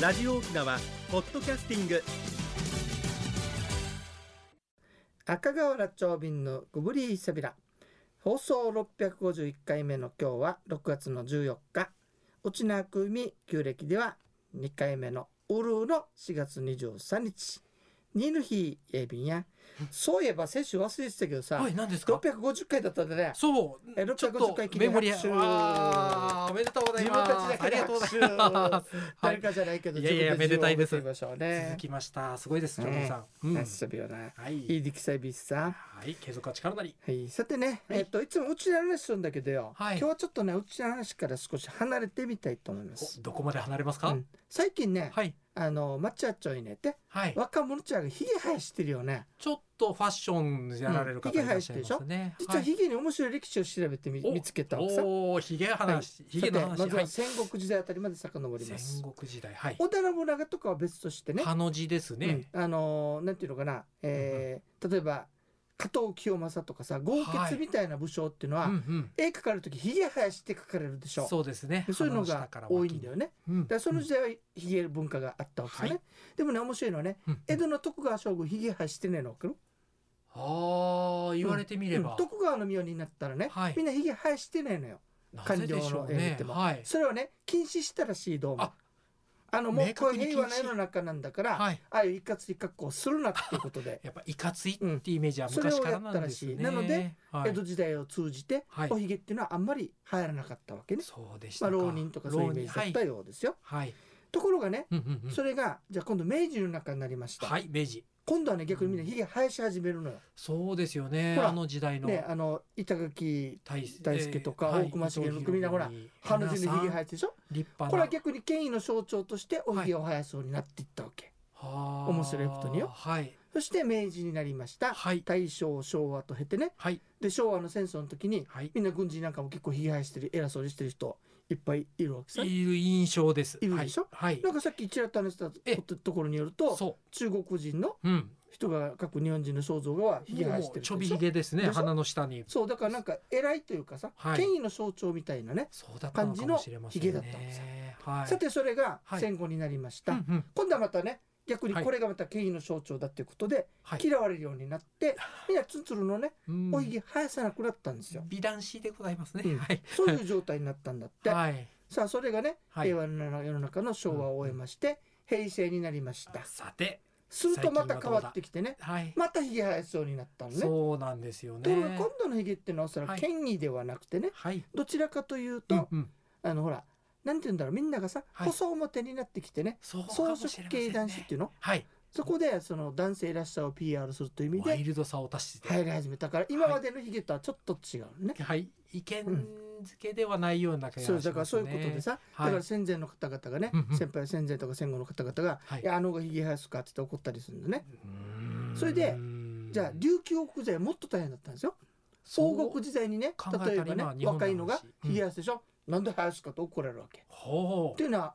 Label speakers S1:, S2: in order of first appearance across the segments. S1: ラジオ沖縄ポッドキャスティング
S2: 赤瓦長瓶のグブリーセビラ放送651回目の今日は6月の14日内縄久美旧暦では2回目のウルーの4月23日ニヌヒーエビンやそういえば先週忘れてたけどさ
S3: はい、何ですか。
S2: 650回だったんだね
S3: そう
S2: え、
S3: ちょっと
S2: 650
S3: メモリア。
S2: 記念
S3: わーおめでとうござい
S2: 自
S3: ま
S2: 分
S3: す。
S2: たちだけ
S3: ありがとうござい
S2: ざいま
S3: ますす。は
S2: 誰
S3: い、
S2: かじゃないけど
S3: いやいや
S2: 自分ちを
S3: めでたいです
S2: 覚えてみましょう
S3: 続
S2: ね
S3: きました。すごいです、ジョンさん。うん
S2: ナイスサビオナ
S3: はいい。
S2: い力サビさん
S3: はい、継続は力なり。
S2: はい、さてね、
S3: はい
S2: えっといつもうちの話するんだけどよ、
S3: はい
S2: 今日はちょっとねうちの話から少し離れてみたいと思いま
S3: お
S2: す。
S3: どこまで離れますか。
S2: うん最近ね、
S3: はい。
S2: あのマッチャーチョイねて
S3: はい。
S2: 若者ちゃんがヒゲ生やしてるよね。
S3: ちょっとファッションやられる方いらっしゃいますね。
S2: 実はヒゲに面白い歴史を調べてみ、
S3: お
S2: 見つけた
S3: はい
S2: 奥さん。
S3: おお、ひげ話、ひげの
S2: さてま
S3: 話。
S2: ず
S3: は。
S2: はい戦国時代あたりまで遡ります
S3: 戦。国時代。はい。
S2: 織田信長とかは別としてね、
S3: ハの字ですね。
S2: うんあのーなんていうのかな、えー例えば加藤清正とかさ豪傑みたいな武将っていうの
S3: う
S2: は、
S3: んうん。
S2: 絵描かれる時ヒゲ生やして描かれるでしょ。
S3: そうですね
S2: で。そういうのが多いんだ
S3: よ。
S2: よね。
S3: うん
S2: だからその時代はヒゲ文化があったわけですよね。
S3: は
S2: でもね面白いのはね、
S3: うんうん
S2: 江戸の徳川将軍ヒゲ生やしてねえのわかる
S3: ああ言われてみれば、
S2: うん徳川の御代になったらね、
S3: はい
S2: みんなヒゲ生やしてねえのよ。
S3: なぜでしょ
S2: 官僚
S3: う
S2: の絵見
S3: ね
S2: ても
S3: はい
S2: それはね禁止したらしいどうも。あ
S3: あ
S2: のもう
S3: 明
S2: こう
S3: 確
S2: い
S3: に
S2: う平和な世
S3: 禁止
S2: の中なんだから、
S3: はい
S2: ああいういかつい格好をするなっていうことで
S3: やっぱいかついってイメージは
S2: うんそれを
S3: 昔からなんですね、
S2: やったらしいなので
S3: はい
S2: 江戸時代を通じて、
S3: はい
S2: おヒゲっていうのはあんまり流行らなかったわけね。
S3: そうでし
S2: ま
S3: た
S2: あ、
S3: か
S2: 浪人とかそういうイメージだった
S3: 浪人
S2: ようですよ。
S3: はい、はい
S2: ところがね、
S3: うんうんうん
S2: それがじゃあ今度明治の中になりました。
S3: はい明治
S2: 今度はね逆にみんなヒゲ生やし始めるのよ。
S3: そうですよね
S2: ほら
S3: あの時代の
S2: ね、あの板垣
S3: 大
S2: 大輔とか大隈重信みんなほらハの字にひげ生えてでしょ
S3: 立派な
S2: これは逆に権威の象徴としておひげを生やそうになっていったわけ、
S3: はー
S2: 面白いことによ
S3: はい
S2: そして明治になりました、
S3: はい
S2: 大正昭和と経てね
S3: はい
S2: で昭和の戦争の時に
S3: はい
S2: みんな軍人なんかも結構ひげ生やしてる偉そうにしてる人いっぱいいるわけさ、
S3: いる印象です
S2: いるでしょ
S3: はい、
S2: な
S3: は
S2: んかさっきちらっと話した
S3: え
S2: ことところによる
S3: い、
S2: と
S3: そ
S2: 中国人の
S3: ううん
S2: 人が書く日本人の肖像画はひげ生や
S3: も
S2: して
S3: う
S2: る
S3: ちょ
S2: で
S3: び
S2: し
S3: ひ
S2: ょ
S3: げですね
S2: でしょ
S3: 鼻の下に
S2: そうだからなんか偉いというかさ、
S3: はい
S2: 権威の象徴みたいなね、
S3: そうだったのかもしれません
S2: 感じのヒゲだったんですよ
S3: ね。はい。
S2: さてそれが
S3: はい
S2: 戦後になりまし
S3: う
S2: た、
S3: んうん
S2: 今度はまたね逆に
S3: はい
S2: これがまた権威の象徴だっていうことで、
S3: はい
S2: 嫌われるようになってみんなツンツルのね
S3: うん
S2: おひげ生やさなくなったんですよ、
S3: 美男子でございますね。
S2: うん
S3: はい。
S2: そういう状態になったんだって、
S3: はい。
S2: さあそれがね、
S3: はい
S2: 平和な世の中の昭和を終えまして、平成になりました
S3: さて、
S2: するとまた変わってきてね
S3: はい。
S2: またひげ生やしそうになったのね
S3: そうなんですよ
S2: ところが
S3: ね。
S2: 今度のひげっていうのはおそら
S3: は
S2: く
S3: い
S2: 権威ではなくてね、
S3: はい。
S2: どちらかという
S3: う
S2: と、
S3: んうん。
S2: あのほらなんて言うんだろうみんながさ、
S3: はい
S2: 細表になってきてね
S3: そうか
S2: 草
S3: もし
S2: 食
S3: れませんね
S2: 系男子っていうの
S3: はい。
S2: そこでその男性らしさを PR するという意味
S3: ワ
S2: で
S3: イルドさを足して。
S2: 入り始めたから今までのヒゲとはちょっと違うね、
S3: はい。意見付けではないような気がし
S2: そ
S3: ま
S2: う
S3: すね。
S2: だからそういうことでさ、
S3: はい
S2: だから戦前の方々がね、
S3: うんうん
S2: 先輩戦前とか戦後の方々が「
S3: はい
S2: いやあの子ヒゲ生やすか」って言って怒ったりするんだね、
S3: うーん。
S2: それでじゃあ
S3: 龍
S2: 琉球王国時代はもっと大変だったんですよ王国時代にね
S3: 考えたら
S2: 例えばね
S3: 今日本の話
S2: 若いのが
S3: うん
S2: ヒゲ生やすでしょ、なんで生やすかと怒られるわけ。
S3: ほ
S2: っ
S3: う
S2: て。いうのは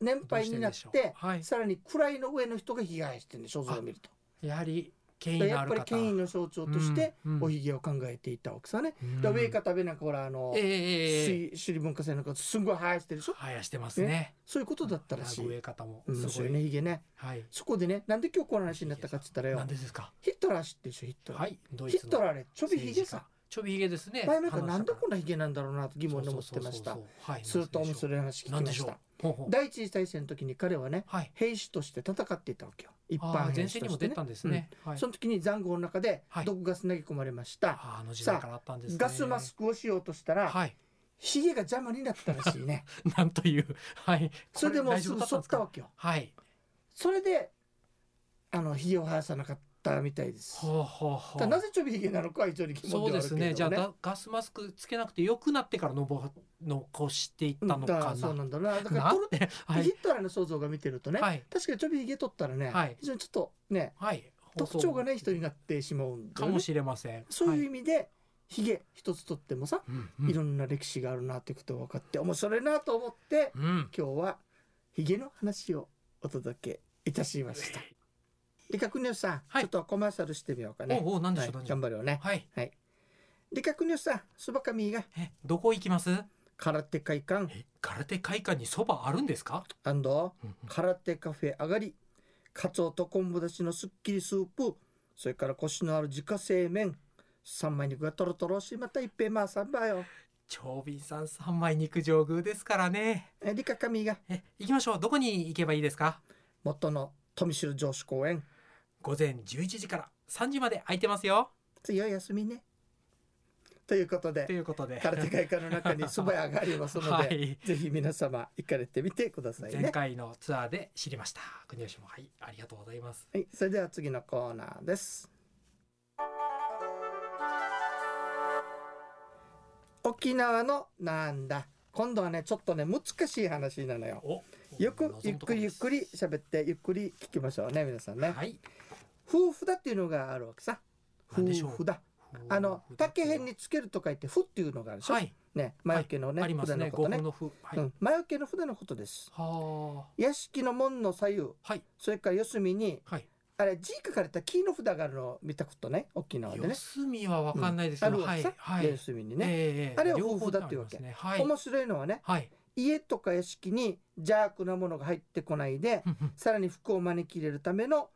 S2: 年配になっ
S3: どうしてで
S2: て
S3: しょうはい
S2: さらに位の上の人が被害してるんで肖像を見ると
S3: やはり権威
S2: だから
S3: の
S2: や
S3: あ
S2: っ
S3: る
S2: ぱり
S3: 方。
S2: 権威の象徴として
S3: うんうん
S2: おひげを考えていたわけさね、
S3: うん
S2: で上方べなんかほらあの、
S3: ええええええ
S2: 首首里文化祭なんかすんごい生やしてるでしょ
S3: 生やしてますね。
S2: そういうことだったらし
S3: 上
S2: い
S3: 方もす
S2: 面
S3: ご
S2: 白
S3: い
S2: いねひげね
S3: はい。
S2: そこでねなんで今日この話になったかって言ったら
S3: なん
S2: よ
S3: でですか。
S2: ヒットラー知ってるでしょヒットラー、
S3: はい。ドイ
S2: ヒ
S3: ツ
S2: ット
S3: の
S2: ラーあれちょびひげ
S3: 政治
S2: さ
S3: 家。ちょびひげですね。
S2: 前なんか
S3: 話した
S2: なんでこんなひげなんだろうなと疑問に思ってまし
S3: そ
S2: た
S3: うそうそうそうはい。
S2: すると面
S3: い。
S2: 白い話聞
S3: なん
S2: き
S3: で
S2: ま
S3: し
S2: し
S3: ょう
S2: た。
S3: ほうほう
S2: 第一次大戦の時に彼はね
S3: はい。
S2: 兵士として戦っていたわけよ一
S3: あ
S2: 般
S3: あー
S2: 兵
S3: 前
S2: 士
S3: 線
S2: と
S3: に
S2: し
S3: も
S2: て
S3: 出
S2: ね
S3: たんですね。はい。
S2: その時に塹壕の中で
S3: はい
S2: 毒ガス投げ込まれました、
S3: あーあの時代からあったんですね。
S2: ガスマスクをしようとしたら、
S3: はい。
S2: ヒゲが邪魔になったらしいね
S3: なんというはい。
S2: それでもうすぐ
S3: こ
S2: 剃
S3: 大丈夫だん
S2: っ
S3: です
S2: た
S3: か
S2: わけよ
S3: はい。
S2: それであのヒゲを生やさなかったみたいです
S3: ほうほうほ
S2: ただな
S3: う。
S2: ぜちょびヒゲなのかは非常に疑
S3: そ
S2: 問で
S3: うで
S2: はある
S3: す
S2: けれ
S3: ね。じゃ
S2: ど
S3: あ
S2: もね
S3: ガガスマスクつけなくて良くなってからのぼ残していった
S2: うん
S3: の
S2: だ
S3: から
S2: そう
S3: な。
S2: なんだなだから
S3: な
S2: ト
S3: ん
S2: ル
S3: ではい
S2: ヒットラーの想像が見てるとね、
S3: はい
S2: 確かにちょびヒゲ取ったらね、
S3: はい
S2: 非常にちょっとね
S3: はい。
S2: 特徴がない人になってしまうんだ
S3: か
S2: よね
S3: もしれません。
S2: そういう
S3: は
S2: 意味でヒゲ一つ取ってもさ
S3: うんうん
S2: いろんな歴史があるなってことが分かって面白いなと思って
S3: うん。
S2: 今日はヒゲの話をお届けいたしました。リカクニュースさん、
S3: はい
S2: ちょっとコマーシャルしてみようかね。
S3: おうおう、なんで
S2: は
S3: し
S2: い
S3: ょう、なんでしょう
S2: 頑張るよね。
S3: はい。
S2: リカクニュースさん、そばかみが
S3: え、どこ行きます
S2: 空手会館
S3: え空手会館にそばあるんですか、うんうん
S2: 空手カフェ上がりカツオと昆布だしのすっきりスープそれからコシのある自家製麺三枚肉がトロトロしまた一平まあ三杯よ
S3: 長瓶さん三枚肉上宮ですからね
S2: え理科神が
S3: え行きましょうどこに行けばいいですか
S2: 元の富城城主公園
S3: 午前11時から3時まで空いてますよ
S2: 強い休みねということ
S3: と
S2: で
S3: いうことで
S2: 空手会館の中にそば屋がありますので、
S3: はい
S2: ぜひ皆様行かれてみてください
S3: 前
S2: ね
S3: 回のツアーで知りました国吉もはいありがとうございます
S2: はい、それでは次のコーナーです。沖縄のなんだ今度はねちょっとね難しい話なのよ。
S3: お
S2: よくゆっくりゆっく
S3: り
S2: り喋ってゆっくり聞きましょうね皆さんね。
S3: はい
S2: 夫婦だっていうのがあるわけさ。
S3: なん
S2: 夫
S3: でしょう
S2: 婦だ。あの竹辺につけると書いて「ふ」っていうのがあるでしょ。
S3: はい
S2: ね魔除けのね、
S3: ありま
S2: 札
S3: す
S2: の
S3: ね
S2: こ
S3: 五
S2: とね
S3: 分。の符はい、
S2: うん、魔除けの札のことです。
S3: は
S2: 屋敷の門の左右
S3: あはい
S2: それから四隅に
S3: はい
S2: あれ字書かれた木の札があるのを見たことね沖縄で
S3: 四
S2: ね
S3: 隅はわかんないですけ
S2: あ
S3: ど、
S2: るわ
S3: は
S2: け
S3: い
S2: さ、
S3: はい、
S2: 四隅にね、
S3: ええ
S2: あれは
S3: 両
S2: 夫婦
S3: 方
S2: だっていうわけ
S3: ありますねはい
S2: 面白いのはね
S3: はい
S2: 家とか屋敷に邪悪なものが入ってこないで、
S3: うんうん
S2: さらに福を招き入れるための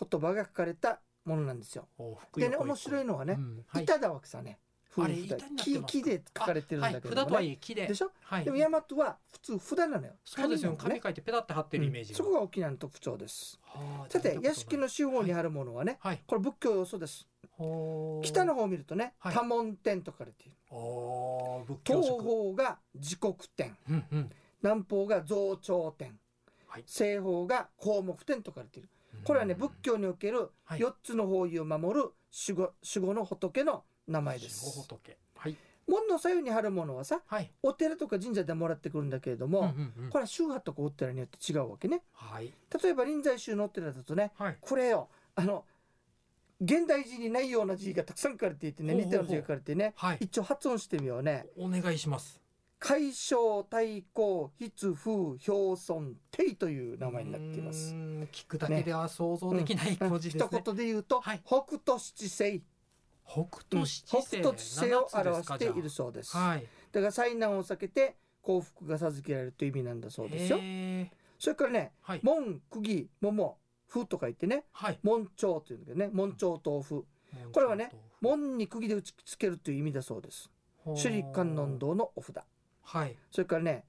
S2: 言葉が書かれたものなんですよ
S3: お福
S2: で
S3: よ
S2: ね
S3: こいこ
S2: 面白いのはね、
S3: うんはい
S2: 板だわけさね夫
S3: あれ
S2: 婦だ
S3: 板になって
S2: 木
S3: ます
S2: 木で書かれてるんだけ
S3: はい、
S2: ど
S3: 札
S2: も
S3: とは
S2: ね、
S3: いえ木で
S2: でしょ、
S3: はい、
S2: でも大和は普通札なのよ
S3: そうです
S2: 紙な
S3: よ
S2: の
S3: 紙書いてペタって貼ってるイメージ
S2: うん
S3: が、
S2: そこが沖縄の特徴です
S3: はあ
S2: さて屋敷、
S3: じゃあ見たことない
S2: の四方にあるものはね、
S3: はい、
S2: これ仏教要素です
S3: ほー
S2: 北の方を見るとね、
S3: はい
S2: 多聞天と書かれている
S3: おー仏教
S2: 東
S3: 色
S2: 方が時刻天
S3: うんうん
S2: 南方が増長天、
S3: はい
S2: 西方が項目天と書かれているこれはね
S3: うん
S2: 仏教における
S3: はい
S2: 4つの方位を守る守護守護の仏の名前で
S3: 死後
S2: す
S3: 仏はい
S2: 門の左右に貼るものはさ
S3: はい、
S2: お寺とか神社でもらってくるんだけれども、
S3: うんうんうん
S2: これは宗派とかお寺によって違うわけね
S3: はい
S2: 例えば臨済宗のお寺だとね
S3: はい
S2: これよあの現代字にないような字がたくさん書かれていてね
S3: ほう
S2: 似
S3: ほう
S2: た
S3: ほ
S2: よう
S3: う
S2: な字が書かれてね
S3: はい
S2: 一応発音してみようね
S3: お願いします
S2: 海将対抗筆風標尊帝という名前になっていま
S3: う
S2: す。
S3: ーん聞くだけでは想像できない
S2: うん
S3: 文字ですね、
S2: 一言で言うと、
S3: はい
S2: 北斗七星う
S3: 北
S2: ん
S3: 斗七星、
S2: 北斗七星を表している
S3: そ
S2: そうです。
S3: はい
S2: だから災難を避けて幸福が授けられるという意味なんだそうですよ。
S3: へー
S2: それからね、
S3: はい
S2: 門釘桃風と書いてね、
S3: はい
S2: 門長というんだけどね、門長豆腐。これはね門に釘で打ち付けるという意味だそうです。首里観音堂のお札。
S3: はい
S2: それからね、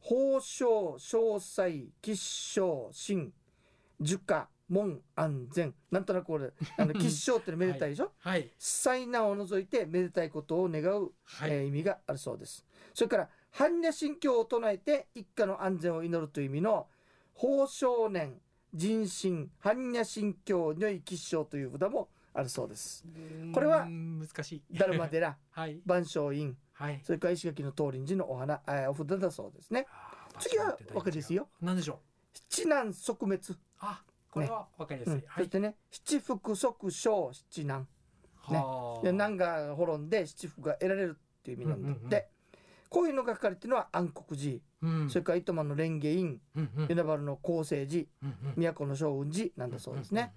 S2: 宝生、詳細、吉祥、新、樹下、門、安全。なんとなくこれ、あ の、吉祥ってのめでたいでしょ、
S3: はい
S2: 災難を除いてめでたいことを願う、
S3: はい、
S2: えー意味があるそうです。それから、般若心経を唱えて一家の安全を祈るという意味の、宝生年、人心、般若心経、如意吉祥という札もあるそうです。これは
S3: うーん難しい
S2: ダルマ 寺、
S3: はい
S2: 万象院、
S3: はい
S2: それから石垣の東林寺のお花、えーお札だそうですね。
S3: あー
S2: 次は
S3: 場所によってだいぶ
S2: わかりですよ
S3: 違うなんでしょう
S2: 七難即滅、
S3: あこれはわかりや
S2: う
S3: すい、
S2: ん
S3: は
S2: そ
S3: い
S2: してね七福即生七難ね
S3: はあ
S2: で難が滅んで七福が得られるっていう意味なんだって、
S3: うんうんうん
S2: こういうのが書かれてるのは暗黒寺、
S3: うん
S2: それから糸満の蓮華院
S3: うんうん
S2: 米原の高生寺
S3: うんうん
S2: 都の正雲寺なんだそうですね、。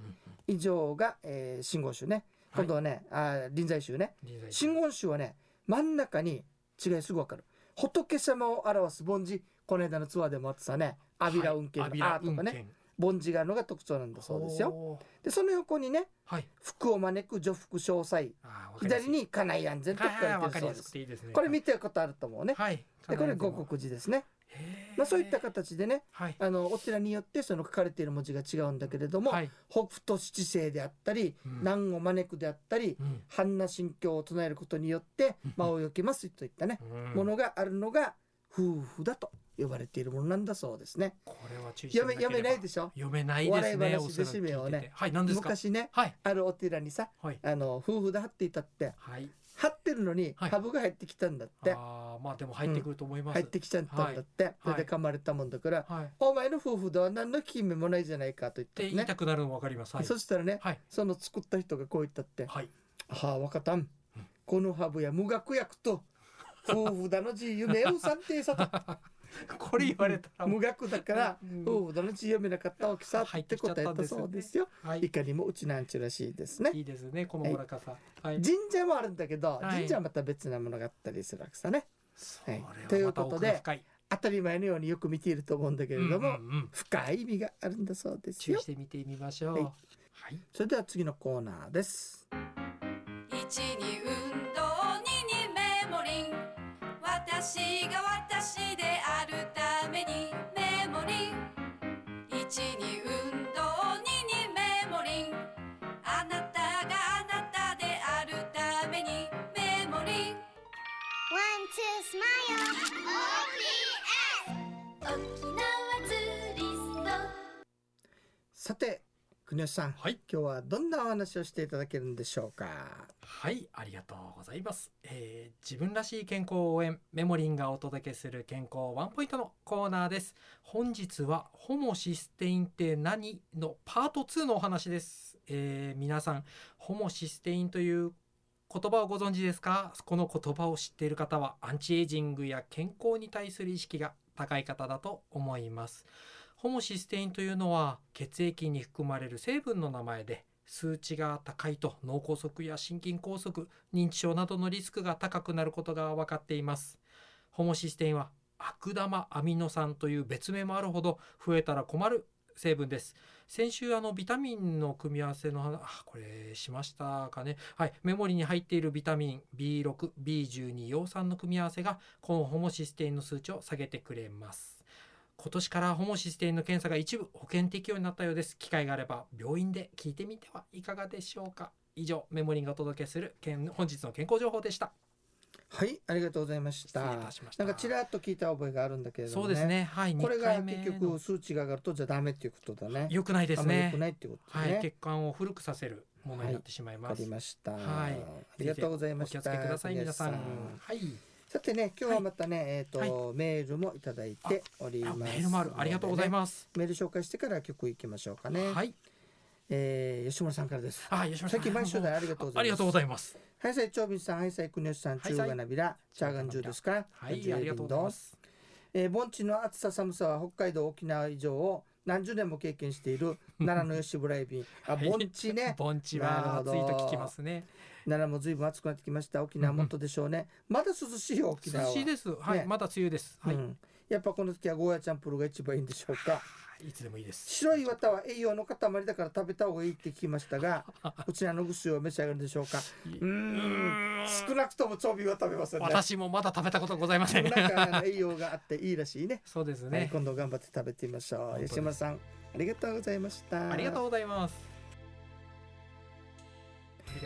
S2: 以上が、えー、真言宗ね
S3: はい
S2: 今度はね、あー臨済宗ね真
S3: 号
S2: 言宗はね真ん中に違いすぐ分かる仏様を表す梵字この間のツアーでもあってさね阿弥陀運慶の「あ」とかね。梵字があるのが特徴なんだそうですよ。
S3: よ。
S2: でその横にね
S3: はい。
S2: 福を招く女福詳細
S3: あーわかりやすい
S2: 左に家内安全と書
S3: はいはい
S2: か
S3: わ
S2: れて
S3: か
S2: る
S3: り
S2: そう
S3: や
S2: です
S3: く
S2: す
S3: ていいですね。
S2: これ見てることあると思うね
S3: はい。
S2: でこれ五国寺ですね
S3: へー
S2: まあそういった形でね
S3: はい。
S2: あのお寺によってその書かれている文字が違うんだけれども
S3: はい。
S2: 北斗七星であったり
S3: うん
S2: 難を招くであったり
S3: うん
S2: 般若心経を唱えることによって
S3: うん
S2: 魔をよけますといったね
S3: うん
S2: ものがあるのが夫婦だと呼ばれているものなんだそうですね
S3: これは注意して
S2: 読め読めないで
S3: し
S2: しょ
S3: ょ。読めないで
S2: お
S3: す
S2: 笑い
S3: ね。
S2: 話
S3: おそらく
S2: で締めようね
S3: 聞いててはい。何ですか。
S2: 昔ね
S3: はい。
S2: あるお寺にさ
S3: はい。
S2: あの夫婦だっていたって
S3: はい。
S2: 張ってるのに
S3: はい
S2: ハブが入ってきたんだって、
S3: ああまあでも入ってくると思います。
S2: 入ってきちゃったんだって、それで噛まれたもんだから、
S3: はい。っ
S2: お前の夫婦では何の効き目もないじゃないかと
S3: て
S2: 言って
S3: 言い
S2: ね
S3: たくなるのわかります。はい。
S2: そしたらね
S3: はい。
S2: その作った人がこう言ったって「
S3: はい。
S2: はあ若たんこのハブや無学薬 と夫婦だの字夢を算定さと
S3: これ言われたらも
S2: 無
S3: う。
S2: 学だから
S3: うん
S2: 夫婦だの字読めなかったわけさ」
S3: 入
S2: っ
S3: っててきちゃ
S2: 答
S3: っ
S2: え
S3: たん
S2: た
S3: ですよね
S2: そうですよ。
S3: はい
S2: い。かにもうちなんちゅらしいですね。
S3: いいですね。このおおらかさ。はい。
S2: 神社もあるんだけど
S3: はい
S2: 神社はまた別なものがあったりするわけさね。
S3: そ
S2: はい
S3: れは
S2: ということで
S3: また奥が深い
S2: 当たり前のようによく見ていると思うんだけれども、
S3: うんうんうん
S2: 深い意味があるんだそうです
S3: 注意
S2: よ
S3: して見てみましょう。
S2: は
S3: はいい。
S2: それでは次のコーナーです
S4: 一に運動二にメモリン私が私であるためにメモリン一に運動二にメモリンあなたがあなたであるためにメモリン
S5: One, two, smile.
S4: 沖縄ツ
S5: OPS.
S4: ーリスト
S2: さて国吉さん
S3: はい。
S2: 今日はどんなお話をしていただけるんでしょうか
S3: はい。ありがとうございます。えー自分らしい健康応援、メモリンがお届けする健康ワンポイントのコーナーです。本日は、ホモシステインって何のパート2のお話です。えー皆さん、ホモシステインという言葉をご存知ですかこの言葉を知っている方はアンチエイジングや健康に対する意識が高い方だと思います。ホモシステインというのは血液に含まれる成分の名前で数値が高いと脳梗塞や心筋梗塞、認知症などのリスクが高くなることが分かっています。ホモシステインは悪玉アミノ酸という別名もあるほど増えたら困る成分です。先週あのビタミンの組み合わせの話あこれしましたかねはいメモリに入っているビタミン B6B12 葉酸の組み合わせがこのホモシステインの数値を下げてくれます今年からホモシステインの検査が一部保険適用になったようです機会があれば病院で聞いてみてはいかがでしょうか以上メモリがお届けする健本日の健康情報でした
S2: はいありがとうございました
S3: 失礼いたしました
S2: なんかちらっと聞いた覚えがあるんだけれども、ね、
S3: そうですねはい
S2: これが
S3: 二回目
S2: 結
S3: の
S2: 局数値が上がるとじゃあダメっていうことだね
S3: 良くないです
S2: あんまり良
S3: ね
S2: くないっていうこと
S3: は
S2: で
S3: い
S2: すね、
S3: 血管を古くさせるものになってしまい
S2: わか
S3: ます、
S2: りました、
S3: はい
S2: ありがとうございました
S3: お気をつけください
S2: 国
S3: 皆
S2: 吉
S3: さんはい
S2: さてね今日はまたね、えっ、と、メールもいただいており
S3: あ
S2: ます
S3: メールもあるありがとうございます、
S2: すメール紹介してから曲いきましょうかね、
S3: はい
S2: えー吉村さんからです
S3: あ吉村さ
S2: 最
S3: ん
S2: 近毎週だありがとうございます
S3: ありがとうございます
S2: はいさい長瓶さんはいさい国吉さん
S3: はいさ
S2: 中
S3: い
S2: がなびらチャーガンジュですか
S3: はいありがとうございます
S2: えー盆地の暑さ寒さは北海道沖縄以上を何十年も経験してい る奈良の吉村エビあ
S3: はい
S2: 盆地ね
S3: 盆地
S2: なる
S3: は
S2: ほ
S3: 暑
S2: ど
S3: いと聞きますね
S2: 奈良も随分暑くなってきました沖縄もっとでしょうね、まだ涼しいよ沖
S3: 涼
S2: 縄は
S3: しいですはい、
S2: ね
S3: まだ梅雨ですはい、
S2: うん、やっぱこの時はゴーヤチャンプルーが一番いいんでしょうか
S3: いつでもいいです
S2: 白い綿は栄養の塊だから食べた方がいいって聞きました がこちらのぐすを召し上がるでしょうかうーん少なくとも調味は食べませんね
S3: 私もまだ食べたことございません
S2: なんかあの栄養があっていいらしいね
S3: そうです
S2: は
S3: ね
S2: い、今度頑張って食べてみましょ
S3: 本当
S2: う
S3: です
S2: 吉村さんありがとうございました
S3: ありがとうございます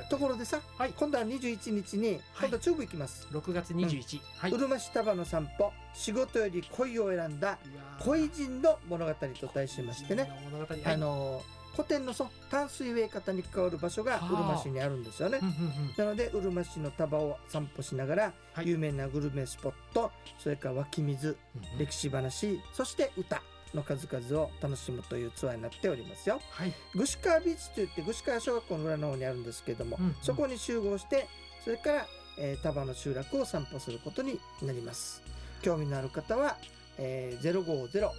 S2: ところでさ、
S3: はい
S2: 今度は21日に今度はチューブ行きます、
S3: 6月21、はいう
S2: るま市束の散歩仕事より恋を選んだ
S3: うわー
S2: 恋人の物語と題しましてね
S3: 恋人の物語
S2: あの古典のそう淡水植え方に関わる場所が
S3: はあ
S2: うるま市にあるんですよね
S3: うん。うんうん
S2: なのでうるま市の束を散歩しながら、
S3: はい
S2: 有名なグルメスポットそれから湧き水
S3: うんうん
S2: 歴史話そして歌の数々を楽しむというツアーになっておりますよ。
S3: はい
S2: 具志川ビーチといって具志川小学校の裏の方にあるんですけども、
S3: うんうん
S2: そこに集合してそれから、えー、束の集落を散歩することになります興味のある方は、えー、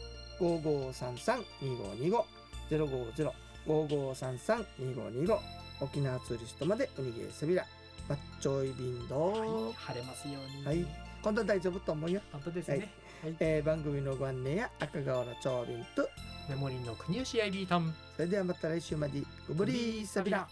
S2: 050-5533-2525 050-5533-2525沖縄ツーリストまでウニゲーセビラバッチョイビン
S3: はい
S2: ド
S3: 晴れますように
S2: はい今度は大丈夫と思うよ、
S3: 本当ですね、はい
S2: えー、番組のご案内や赤瓦長瓶と
S3: メモリーの国吉 IB タン
S2: それではまた来週までごぶりーさびら